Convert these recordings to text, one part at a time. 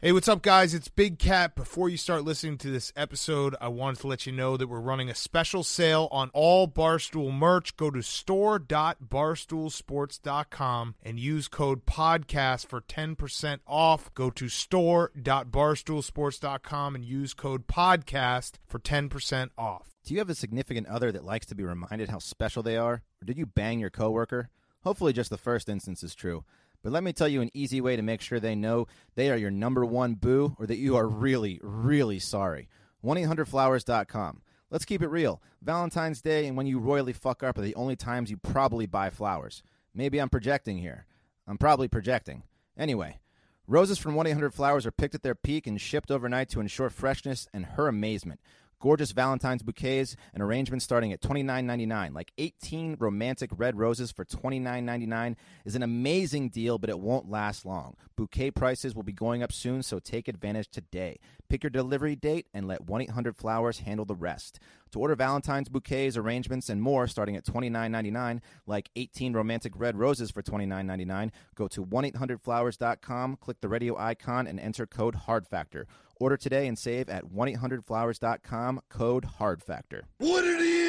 Hey, what's up, guys? It's Big Cat. Before you start listening to this episode, I wanted to let you know that we're running a special sale on all Barstool merch. Go to store.barstoolsports.com and use code PODCAST for 10% off. Go to store.barstoolsports.com and use code PODCAST for 10% off. Do you have a significant other that likes to be reminded how special they are? Or did you bang your coworker? Hopefully, just the first instance is true. But let me tell you an easy way to make sure they know they are your number one boo or that you are really, really sorry. 1 800flowers.com. Let's keep it real. Valentine's Day and when you royally fuck up are the only times you probably buy flowers. Maybe I'm projecting here. I'm probably projecting. Anyway, Roses from 1 800 Flowers are picked at their peak and shipped overnight to ensure freshness and her amazement. Gorgeous Valentine's bouquets and arrangements starting at $29.99. Like 18 romantic red roses for $29.99 is an amazing deal, but it won't last long. Bouquet prices will be going up soon, so take advantage today. Pick your delivery date and let 1 800 Flowers handle the rest. To order Valentine's bouquets, arrangements, and more starting at $29.99, like 18 romantic red roses for $29.99, go to 1-800-Flowers.com, click the radio icon, and enter code HARDFACTOR. Order today and save at 1-800-Flowers.com, code HARDFACTOR. What it is?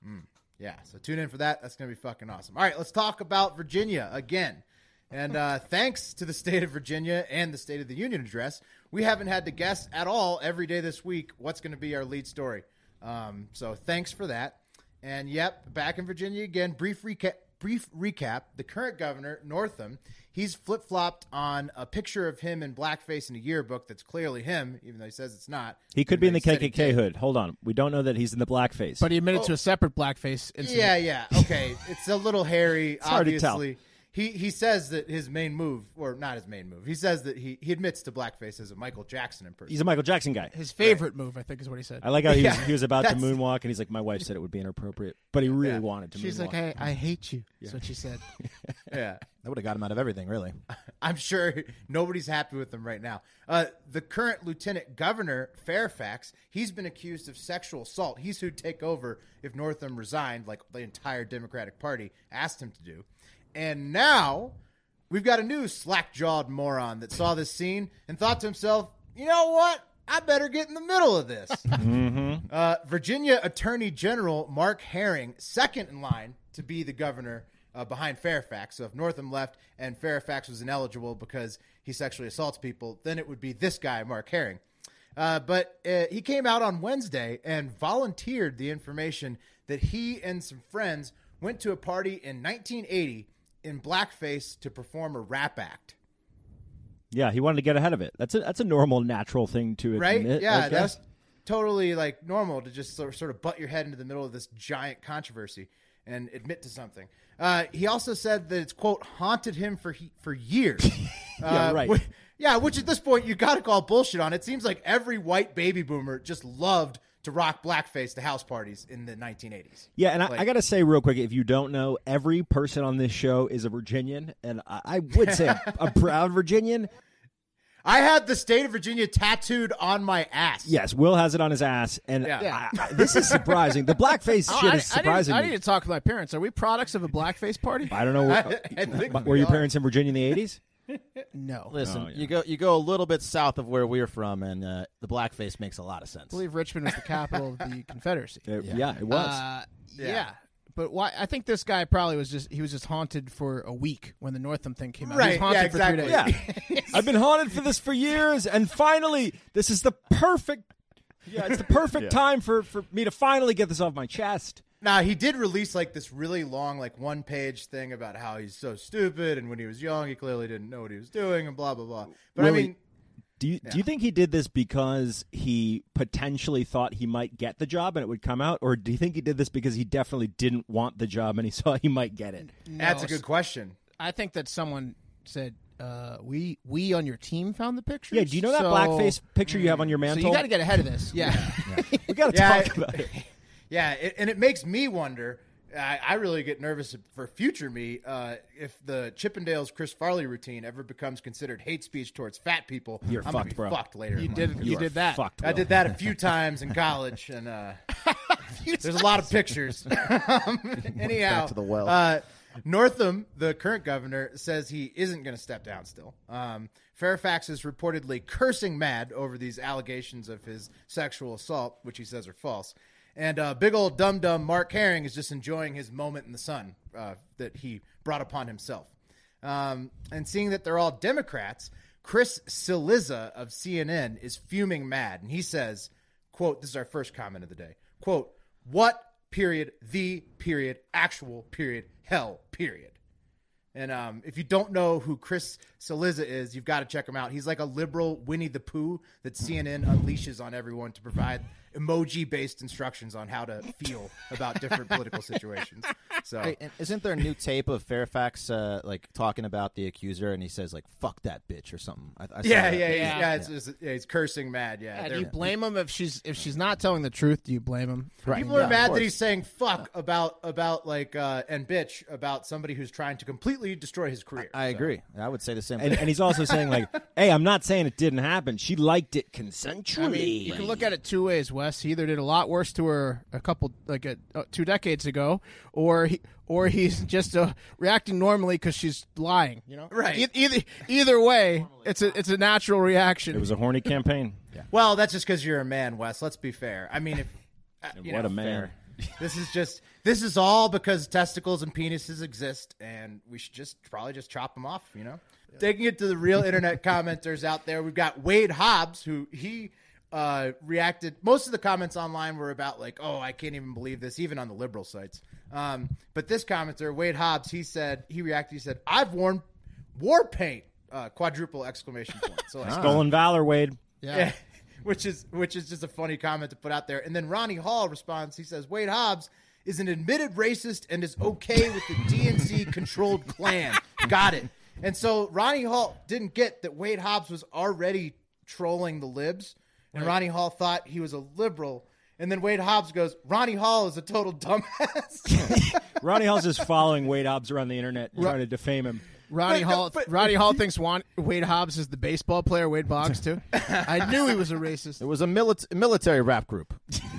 Mm, yeah, so tune in for that. That's going to be fucking awesome. All right, let's talk about Virginia again. And uh, thanks to the state of Virginia and the State of the Union address, we haven't had to guess at all every day this week what's going to be our lead story. Um, so thanks for that. And yep, back in Virginia again. Brief recap. Brief recap: The current governor Northam, he's flip flopped on a picture of him in blackface in a yearbook that's clearly him, even though he says it's not. He could be in the Even though he said he KKK hood. Hold on, we don't know that he's in the blackface. But he admitted to a separate blackface incident. Oh. Yeah, yeah. Okay. It's a little hairy, hard to obviously. tell. He he says that his main move, or not his main move, he says that he, he admits to blackface as a Michael Jackson in person. he's a Michael Jackson guy. His favorite move, I think, is what he said. I like how he was, Yeah, he was about to that's- moonwalk, and he's like, "My wife said it would be inappropriate," but he really Yeah. wanted to. She's moonwalk. like, I, I hate you. That's what she said. yeah. that would have got him out of everything, really. I'm sure nobody's happy with him right now. Uh, the current lieutenant governor Fairfax, he's been accused of sexual assault. He's who'd take over if Northam resigned, like the entire Democratic Party asked him to do. And now we've got a new slack-jawed moron that saw this scene and thought to himself, "You know what? I better get in the middle of this." Uh, Virginia Attorney General Mark Herring, second in line to be the governor uh, behind Fairfax. So if Northam left and Fairfax was ineligible because he sexually assaults people, then it would be this guy, Mark Herring. Uh, but uh, he came out on Wednesday and volunteered the information that he and some friends went to a party in 1980 in blackface to perform a rap act. "Yeah, he wanted to get ahead of it." That's a that's a normal, natural thing to admit. right? I yeah, guess. that's totally like normal to just sort sort of butt your head into the middle of this giant controversy and admit to something. Uh, he also said that it's quote haunted him for he- for years. Yeah, Uh, right. whi- yeah, which at this point you got to call bullshit on. It seems like every white baby boomer just loved to rock blackface to house parties in the 1980s. Yeah, and I, I Like- gotta say real quick, if you don't know, every person on this show is a Virginian, and I, I would say a, a proud Virginian. I had the state of Virginia tattooed on my ass. Yes, Will has it on his ass, and Yeah. Yeah. I- I- this is surprising. The blackface Oh, shit I, is I, need, surprising. I me. need to talk to my parents. Are we products of a blackface party? I don't know. I, I think But we were your are. parents in Virginia in the eighties? No. I Listen, Oh, yeah. you go you go a little bit south of where we're from, and uh, the blackface makes a lot of sense. believe Richmond was the capital of the Confederacy. Yeah. it was. Uh, yeah. Yeah. But why? I think this guy probably was just he was just haunted for a week when the Northam thing came out. He Right. was haunted Yeah, exactly. for three days. yeah, I've been haunted for this for years, and finally, this is the perfect. Yeah, it's the perfect time for for me to finally get this off my chest. Now he did release like this really long, like one page thing about how he's so stupid and when he was young he clearly didn't know what he was doing and blah blah blah. But Willie- I mean, Do you do you think he did this because he potentially thought he might get the job and it would come out, or do you think he did this because he definitely didn't want the job and he saw he might get it? that's a No, good question. I think that someone said uh, we we on your team found the pictures. Yeah, do you know that so- mm, blackface picture you have on your So mantle? you got to get ahead of this. Yeah. we got to Yeah, talk I- about it. Yeah, it, and it makes me wonder. I, I really get nervous for future me uh, if the Chippendales Chris Farley routine ever becomes considered hate speech towards fat people. You're I'm gonna fucked, be bro. Fucked later. you in life. did you, are did that. Fucked. I Will. did that a few times in college, and uh, there's a lot of pictures. Um, Anyhow, to the well. Uh, Northam, the current governor, says he isn't going to step down. Still, um, Fairfax is reportedly cursing mad over these allegations of his sexual assault, which he says are false. And uh, big old dum dum Mark Herring is just enjoying his moment in the sun uh, that he brought upon himself. Um, and seeing that they're all Democrats, Chris Siliza of CNN is fuming mad, and he says, "quote This is our first comment of the day. quote What period? The period? Actual period? Hell period." And um, if you don't know who Chris Siliza is, you've got to check him out. He's like a liberal Winnie the Pooh that CNN unleashes on everyone to provide emoji-based instructions on how to feel about different political situations. So Hey, and isn't there a new tape of Fairfax uh, like talking about the accuser, and he says like "fuck that bitch" or something? I, I saw Yeah, that. yeah, yeah, Yeah. yeah. It's, it's, yeah, it's cursing mad. Yeah, Yeah, Uh, do They're- you blame him if she's if she's not telling the truth? Do you blame him? people are Yeah, of mad course. that he's saying fuck about about like uh, and bitch about somebody who's trying to completely destroy his career. I So- agree. I would say the same. And, thing. and he's also saying like, "Hey, I'm not saying it didn't happen. She liked it consensually." I mean, you can look at it two ways, Wes. He either did a lot worse to her a couple, like a, uh, two decades ago, or he, or he's just uh, reacting normally because she's lying. You know, Right. E- either either way, it's a it's a natural reaction. It was a horny campaign. Yeah, Well, that's just because you're a man, Wes. Let's be fair. I mean, if uh, you what know, a man. fair. This is just this is all because testicles and penises exist, and we should just probably just chop them off. You know, taking it to the real internet commenters out there, we've got Wade Hobbs, who he uh, reacted. Most of the comments online were about like, "Oh, I can't even believe this," even on the liberal sites. Um, but this commenter, Wade Hobbs, he said he reacted. He said, "I've worn war paint." Uh, quadruple exclamation point. So like, Uh-huh. stolen valor, Wade. yeah. which is which is just a funny comment to put out there. And then Ronnie Hall responds. He says, "Wade Hobbs is an admitted racist and is okay with the DNC controlled Klan." Got it. And so Ronnie Hall didn't get that Wade Hobbs was already trolling the libs, and Ronnie Hall thought he was a liberal. And then Wade Hobbs goes, "Ronnie Hall is a total dumbass." Ronnie Hall's just following Wade Hobbs around the internet, trying to defame him. Ronnie But- Hall. but- Ronnie Hall thinks Wan- Wade Hobbs is the baseball player. Wade Boggs too. I knew he was a racist. it was a milit- military rap group.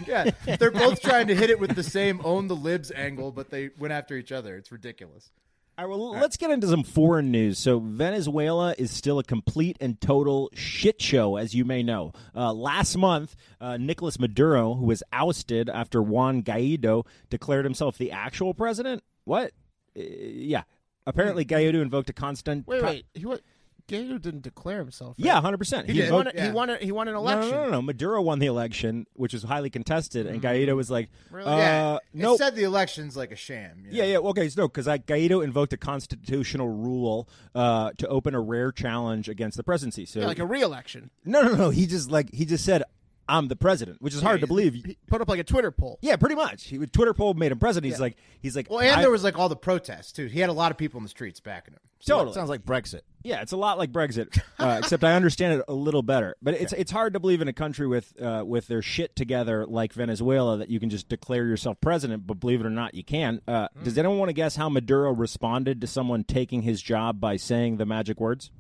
yeah, they're both trying to hit it with the same own the libs angle, but they went after each other. It's ridiculous. All right, well, let's get into some foreign news. So, Venezuela is still a complete and total shit show, as you may know. Uh, last month, uh, Nicolas Maduro, who was ousted after Juan Guaido declared himself the actual president. What? Uh, yeah. Apparently, Guaido invoked a constant. Hmm. Wait, wait. He what? Gator didn't declare himself. right? Yeah, 100%. He, won, invoked- a- he won. A, he won an No, election. no, no, no, no. Maduro won the election, which was highly contested, and Hmm. Guaido was like, uh, yeah, no. it said the election's like a sham. you know? Yeah, yeah. Okay, so no, because Guaido invoked a constitutional rule uh, to open a rare challenge against the presidency. So Yeah, like a re-election. no, no, no. He just like he just said, "I'm the president," which is hard to believe. He put up like a Twitter poll. yeah, pretty much. He Twitter poll made him president. He's like, he's like, Well, and I- there was like all the protests too. He had a lot of people in the streets backing him. totally. Sounds like Brexit. Yeah, it's a lot like Brexit, uh, except I understand it a little better. But it's it's hard to believe in a country with uh, with their shit together like Venezuela that you can just declare yourself president. But believe it or not, you can. Uh, Does anyone want to guess how Maduro responded to someone taking his job by saying the magic words?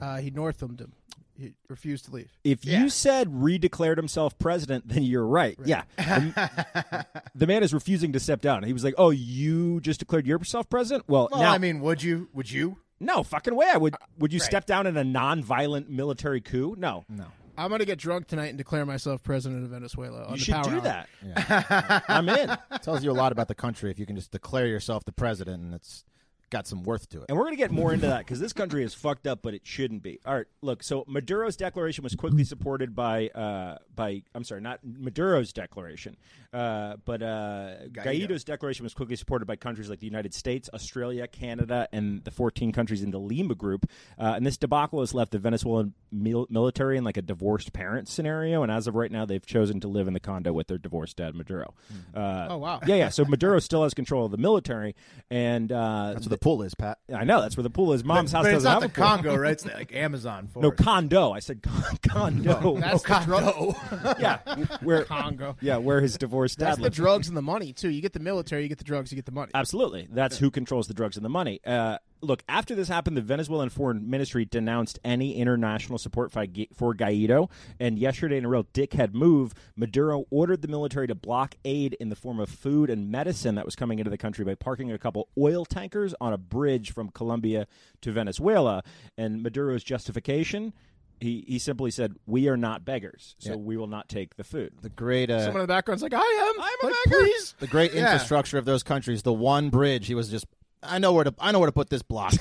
Uh, he Northamed him. He refused to leave. If you said redeclared himself president, then you're right. Yeah. The- the man is refusing to step down. He was like, "Oh, you just declared yourself president? Well, Well, now I mean, uh, would you? Would you? no fucking way. I would would you step down in a non-violent military coup? No. No. I'm gonna get drunk tonight and declare myself president of Venezuela. On You Oh, the should power do hour. that. I'm in. tells you a lot about the country if you can just declare yourself the president and it's got some worth to it. And we're going to get more into that because this country is fucked up, but it shouldn't be. All right, look. So Maduro's declaration was quickly supported by, uh, by I'm sorry, not Maduro's declaration, uh, but uh, Guaido's declaration was quickly supported by countries like the United States, Australia, Canada, and the 14 countries in the Lima Group. Uh, and this debacle has left the Venezuelan mil- military in like a divorced parent scenario. And as of right now, they've chosen to live in the condo with their divorced dad, Maduro. Uh, Oh, wow. Yeah, yeah. So Maduro still has control of the military, and uh, That's what the pool is, Pat. I know that's where the pool is. Mom's house But it's doesn't not the have a pool. Congo, right? It's like Amazon forest. No condo. I said con- condo. That's the drug- yeah, where Congo. Yeah, where his divorced dad That's the lives. drugs and the money too. You get the military, you get the drugs, you get the money. Absolutely, that's who controls the drugs and the money. Uh, look, after this happened, the Venezuelan Foreign Ministry denounced any international support for, Gai- for Guaido, and yesterday, in a real dickhead move, Maduro ordered the military to block aid in the form of food and medicine that was coming into the country by parking a couple oil tankers on a bridge from Colombia to Venezuela. And Maduro's justification. He, he simply said, "We are not beggars, so we will not take the food." The great uh, Someone in the background's like, "I am. I'm a like, beggar." Please. the great infrastructure of those countries, the one bridge he was just I know where to I know where to put this block.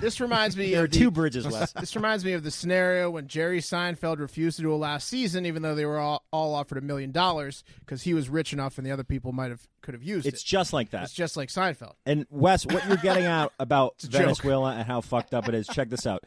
This reminds me There are of the- two bridges left. This reminds me of the scenario when Jerry Seinfeld refused to do a last season, even though they were all, all offered a million dollars because he was rich enough and the other people might have could have used It's it. just like that. It's just like Seinfeld. And Wes, what you're getting at about a joke. Venezuela and how fucked up it is, check this out.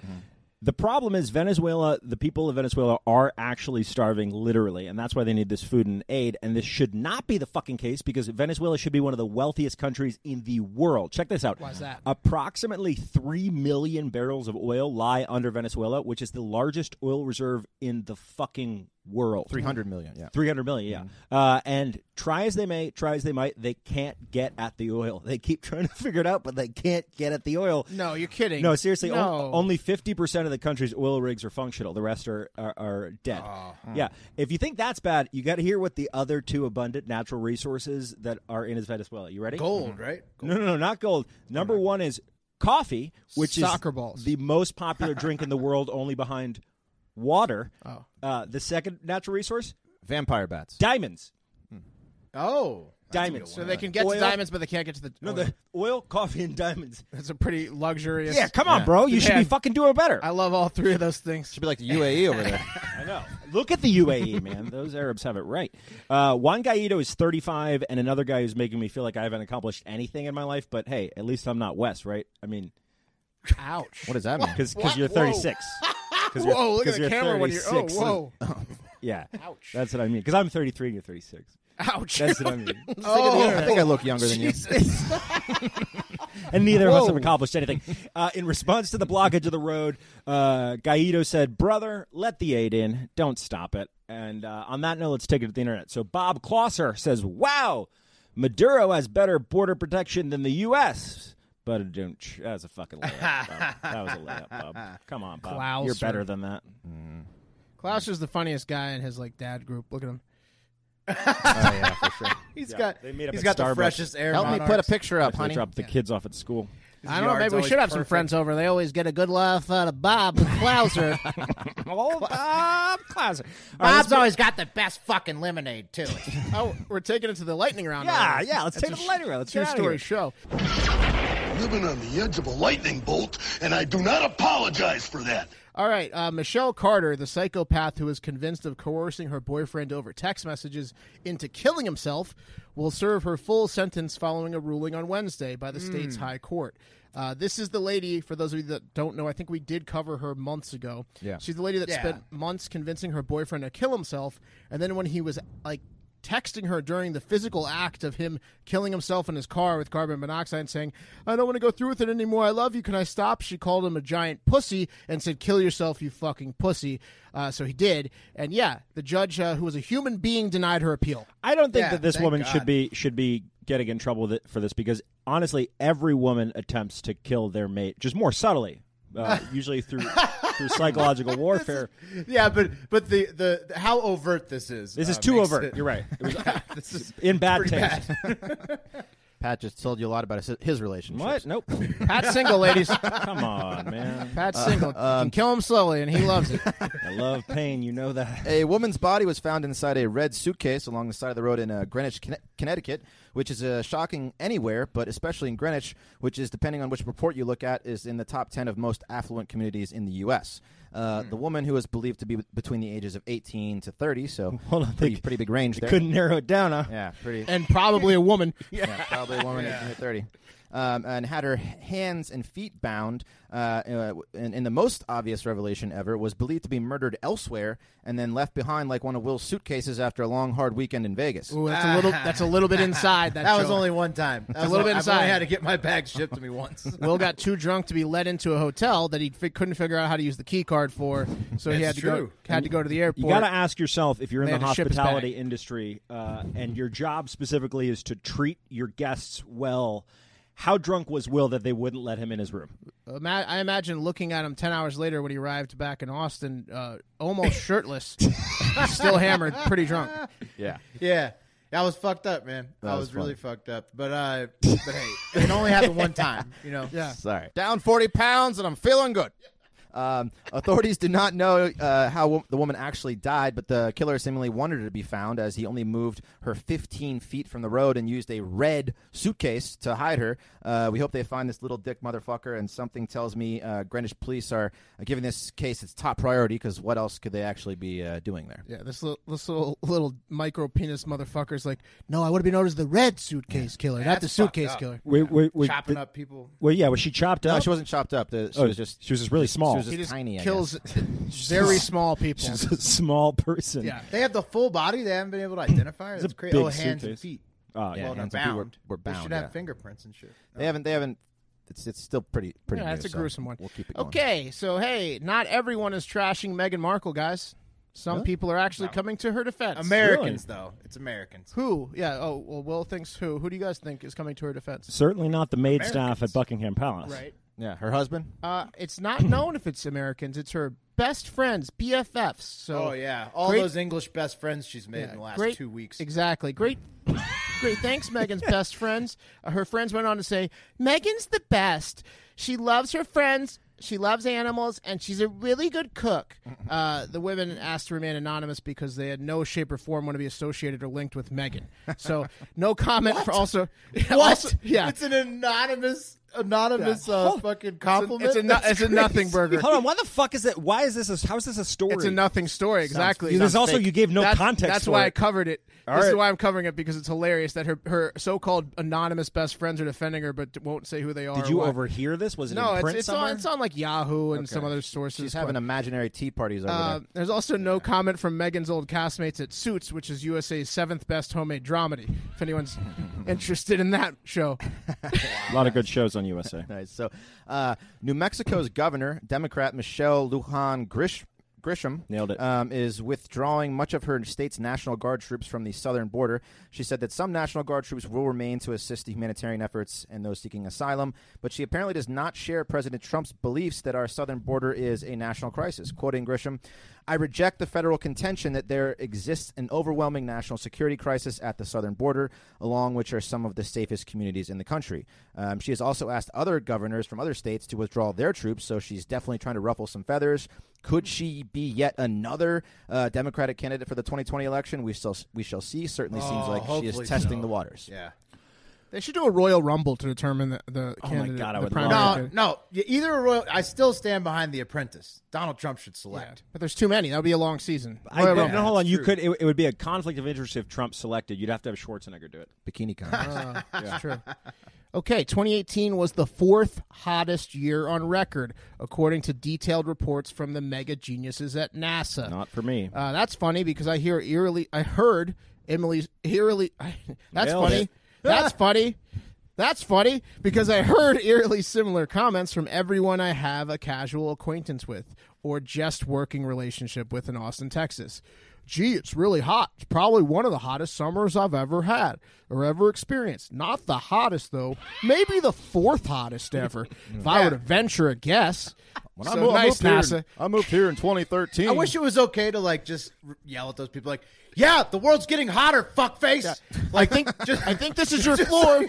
The problem is Venezuela, the people of Venezuela are actually starving literally, and that's why they need this food and aid. And this should not be the fucking case because Venezuela should be one of the wealthiest countries in the world. Check this out. Why's that? Approximately 3 million barrels of oil lie under Venezuela, which is the largest oil reserve in the fucking world. Three hundred million, yeah. 300 million, yeah. Uh, and try as they may, try as they might, they can't get at the oil. They keep trying to figure it out, but they can't get at the oil. No, you're kidding. No, seriously, on- No. only 50% of the country's oil rigs are functional. The rest are, are, are dead. Uh-huh. yeah. If you think that's bad, you got to hear what the other two abundant natural resources that are in is Venezuela. You ready? gold, right? No, no, no, not gold. Number one is coffee, which Soccer is balls. the most popular drink in the world, only behind water. Oh. Uh, the second natural resource, Vampire bats. diamonds. Oh, diamonds. So they can get Oil- to diamonds, but they can't get to the. No, the oil, coffee, and diamonds. That's a pretty luxurious. Yeah, come on, bro. You should be Man. fucking doing better. I love all three of those things. Should be like the UAE over there. I know. Look at the UAE, man. Those Arabs have it right. Uh, Juan Guaido is 35, and another guy who's making me feel like I haven't accomplished anything in my life. But hey, at least I'm not Wes, right? I mean, Ouch. What does that mean? because you're 36. 'Cause you're- Whoa! Look 'cause at the you're camera when you're. Oh, 36. whoa! Yeah, that's what I mean. Because I'm 33 and you're 36. Ouch! That's what I mean. Oh. Oh. I think I look younger than you. and neither of us have accomplished anything. Uh, in response to the blockage of the road, uh, Guaido said, "Brother, let the aid in. Don't stop it." And uh, on that note, let's take it to the internet. So Bob Closser says, "Wow, Maduro has better border protection than the U.S." But that was a fucking layup. Bob. That was a layup, Bob. Come on, Bob. You're Clouser. better than that. Klaus is the funniest guy in his like dad group. Look at him. he's got they meet up he's got at Starbucks. the freshest air. Help me put a picture up, They honey. dropped the kids off at school. I don't know. Maybe we should have some friends over. They always get a good laugh out of Bob Klauser. Oh, Bob Closser. Bob's always got the best fucking lemonade too. oh, we're taking it to the lightning round. Yeah, already. yeah. Let's That's take it a to the lightning round. Let's get out of Two-story here. show. Living on the edge of a lightning bolt, and I do not apologize for that. All right, uh, Michelle Carter, the psychopath who is convinced of coercing her boyfriend over text messages into killing himself, will serve her full sentence following a ruling on Wednesday by the state's high court. Uh, this is the lady, for those of you that don't know, I think we did cover her months ago. Yeah. She's the lady that Yeah. spent months convincing her boyfriend to kill himself, and then when he was like texting her during the physical act of him killing himself in his car with carbon monoxide and saying, I don't want to go through with it anymore. I love you. Can I stop? She called him a giant pussy and said, Kill yourself, you fucking pussy. Uh, so he did. And yeah, the judge, uh, who was a human being, denied her appeal. I don't think Yeah, that this thank woman God. should be should be getting in trouble with it for this because honestly, every woman attempts to kill their mate, just more subtly. uh, usually through through psychological warfare. Yeah, but but the, the, the- how overt this is. This is uh, too makes overt. it- You're right. It was this is in bad pretty taste. bad. Pat just told you a lot about his, his relationship. What? Nope. Pat's single, ladies. Come on, man. Pat's Uh, single. um, you can kill him slowly, and he loves it. I love pain. You know that. A woman's body was found inside a red suitcase along the side of the road in uh, Greenwich, Conne- Connecticut, which is uh, shocking anywhere, but especially in Greenwich, which is, depending on which report you look at, is in the top 10 of most affluent communities in the U.S. Uh, Hmm. The woman who was believed to be between the ages of 18 to 30, so Hold on, pretty, they- pretty big range there. Couldn't narrow it down, huh? Yeah, pretty. And probably a woman. Yeah, probably a woman 18 to 30. Um, and had her h- hands and feet bound. Uh, uh, and, and the most obvious revelation ever was believed to be murdered elsewhere and then left behind like one of Will's suitcases after a long, hard weekend in Vegas. Ooh, that's a little. That's a little bit inside. That, That was joke. only one time. That was a little bit I've only inside. had to get my bag shipped to me once. Will got too drunk to be led into a hotel that he fi- couldn't figure out how to use the key card for, so he It's had to true. go had to go to the airport. You got to ask yourself if you're in They the had to ship his bag. hospitality industry uh, and your job specifically is to treat your guests well. How drunk was Will that they wouldn't let him in his room? Ima- I imagine looking at him ten hours later when he arrived back in Austin, uh, almost shirtless, still hammered, pretty drunk. Yeah. Yeah. I was fucked up, man. I was was, really fucked up. But uh but hey, it only happened one time, you know. Yeah. Sorry. Down 40 pounds and I'm feeling good. Um, authorities do not know uh, how wo- the woman actually died, but the killer seemingly wanted her to be found as he only moved her 15 feet from the road and used a red suitcase to hide her. Uh, we hope they find this little dick motherfucker, and something tells me uh, Greenwich police are uh, giving this case its top priority because what else could they actually be uh, doing there? Yeah, this little this little little micro penis motherfucker's like, no, I would have been known as the red suitcase killer, not the That's fucked suitcase up. killer. Wait, wait, wait, Chopping the- up people. Well, yeah, was she chopped No, up? she wasn't chopped up. The, she Oh, was just she was just really small. She was just He just tiny. I kills guess. very small people. She's a small person. Yeah. They have the full body, they haven't been able to identify her. It's That's a crazy. Oh, big hands and suitcase. feet. Uh, yeah. well, hands they're and feet bound. were- were They should bound, have yeah. fingerprints and shit. They haven't. They haven't. It's it's still pretty pretty. Yeah, new, that's a so gruesome one. We'll keep it going. Okay, so hey, not everyone is trashing Meghan Markle, guys. Some people are actually coming to her defense. Americans though. It's Americans. Who? Yeah. Oh, well, Will thinks who? Who do you guys think is coming to her defense? Certainly not the maid staff at Buckingham Palace. Right. Yeah, her husband. Uh, it's not known if it's Americans. It's her best friends, BFFs. So Oh yeah. All Great- those English best friends she's made Yeah, in the last great- two weeks. Exactly. Great. Great. Thanks, Megan's best friends. Uh, her friends went on to say, Megan's the best. She loves her friends. She loves animals, and she's a really good cook. Mm-hmm. Uh, the women asked to remain anonymous because they had no shape or form want to be associated or linked with Megan. So no comment for also. What? Also- yeah. It's an anonymous anonymous uh, fucking compliment. It's a, no- That's it's a nothing crazy. burger. Hold on, why the fuck is that? Why is this? A, how is this a story? It's a nothing story, exactly. There's sounds also- fake. you gave no That's- context That's for why it. I covered it. All this is right. why I'm covering it because it's hilarious that her her so-called anonymous best friends are defending her, but won't say who they are. Did or you why. overhear this? Was it No, in it's print it's somewhere? on, it's on like Yahoo and some other sources. She's having imaginary tea parties over Uh, there. there's also no comment from Megan's old castmates at Suits, which is USA's seventh best homemade dramedy. If anyone's interested in that show, a lot of good shows on USA. Nice. So, uh, New Mexico's governor, Democrat Michelle Lujan Grish- Grisham, Nailed it. Um, is withdrawing much of her state's National Guard troops from the southern border. She said that some National Guard troops will remain to assist the humanitarian efforts and those seeking asylum, but she apparently does not share President Trump's beliefs that our southern border is a national crisis. Quoting Grisham, I reject the federal contention that there exists an overwhelming national security crisis at the southern border, along which are some of the safest communities in the country. Um, she has also asked other governors from other states to withdraw their troops, so she's definitely trying to ruffle some feathers. Could she be yet another uh, Democratic candidate for the 2020 election? We shall we shall see. Certainly seems like she Oh, hopefully is testing so. the waters. Yeah. they should do a Royal Rumble to determine the, the Oh my candidate. God, I the would primary love it. No, candidate. no. y- Either a royal. I still stand behind The Apprentice. Donald Trump should select. but there's too many. That would be a long season. I, Royal no, Rumble. hold on. You true. could. It, it would be a conflict of interest if Trump selected. You'd have to have Schwarzenegger do it. Bikini contest. Uh, That's true. Okay, 2018 was the fourth hottest year on record, according to detailed reports from the mega geniuses at NASA. Not for me. Uh, that's funny because I hear eerily. I heard Emily's eerily. that's Nailed funny. it. That's funny. That's funny because I heard eerily similar comments from everyone I have a casual acquaintance with, or just working relationship with in Austin, Texas. Gee, it's really hot. It's probably one of the hottest summers I've ever had or ever experienced. Not the hottest, though. Maybe the fourth hottest ever, if I were to venture a guess. When So I, moved, nice, I, moved NASA. here in, I moved here in 2013. I wish it was okay to like just r- yell at those people, like, "Yeah, the world's getting hotter, fuckface." Like, I think just, I think this is your floor.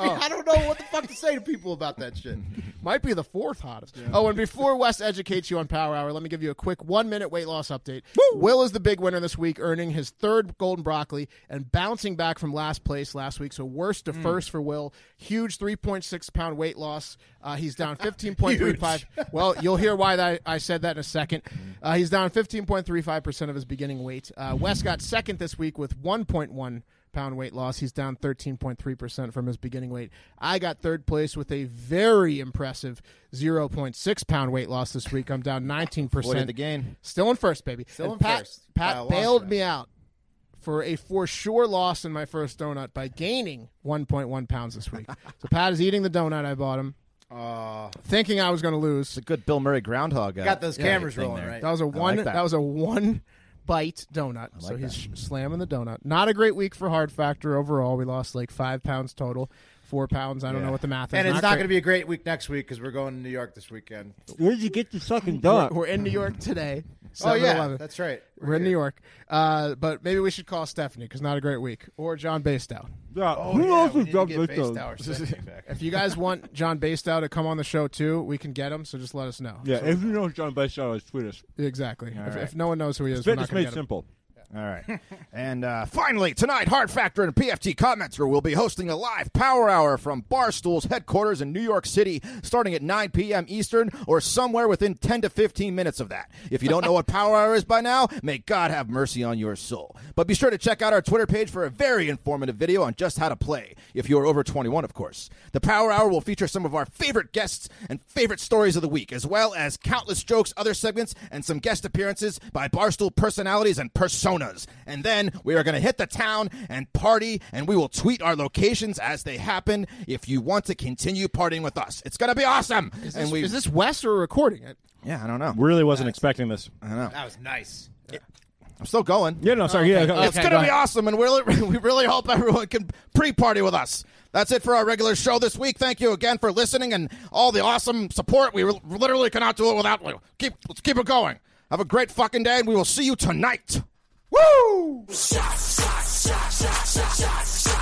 Oh. I don't know what the fuck to say to people about that shit. Might be the fourth hottest. Oh, and before Wes educates you on Power Hour, let me give you a quick one minute weight loss update. Will is the big winner this week, earning his third golden broccoli and bouncing back from last place last week. So, worst to first for Will. Huge 3.6 pound weight loss. Uh, he's down 15.35. well, you'll hear why that, I said that in a second. Uh, he's down 15.35% of his beginning weight. Uh, Wes got second this week with 1.1 pound weight loss. He's down 13.3% from his beginning weight. I got third place with a very impressive 0.6 pound weight loss this week. I'm down 19%. Avoided the gain. Still in first, baby. Still in Pat, first. By Pat a long bailed shot. me out for a for sure loss in my first donut by gaining 1.1 pounds this week. so Pat is eating the donut I bought him, Uh, thinking I was going to lose. It's a good Bill Murray groundhog. uh, got those cameras thing rolling, there. right? That was a one. like that. that. was a one bite donut. so he's sh- slamming the donut. Not a great week for Hard Factor overall. We lost like five pounds total. Four pounds. I don't know what the math is. and it's not going to great. be a great week next week because we're going to New York this weekend. Where did you get the fucking dog? We're in New York today. Oh yeah, 7-Eleven. that's right. We're in New York. Uh, but maybe we should call Stephanie because not a great week. Or John Bastow. Oh, Who else is York. dog with those? If you guys want John Bastow to come on the show too, we can get him. So just let us know. Yeah, if you know John Bashar is Swedish. Exactly. If, right. if no one knows who he is, we're not Fitness going to made get him. simple. All right. and uh, finally, tonight, Hard Factor and PFT Commenter will be hosting a live power hour from Barstool's headquarters in New York City starting at 9 p.m. Eastern or somewhere within 10 to 15 minutes of that. If you don't know what power hour is by now, may God have mercy on your soul. But be sure to check out our Twitter page for a very informative video on just how to play, if you are over 21, of course. The Power Hour will feature some of our favorite guests and favorite stories of the week, as well as countless jokes, other segments, and some guest appearances by Barstool personalities and personas. And then we are going to hit the town and party, and we will tweet our locations as they happen if you want to continue partying with us. It's going to be awesome! Is and this, we, is this Wes or recording it? yeah, I don't know. Really wasn't expecting this. Uh-huh. That was nice. I'm still going. Yeah, no, sorry. Yeah, okay. okay. It's going go to be awesome, and we're, we really hope everyone can pre party with us. That's it for our regular show this week. Thank you again for listening and all the awesome support. We re- literally cannot do it without you. Keep, let's keep it going. Have a great fucking day, and we will see you tonight. Woo! Shot, shot, shot, shot, shot, shot, shot.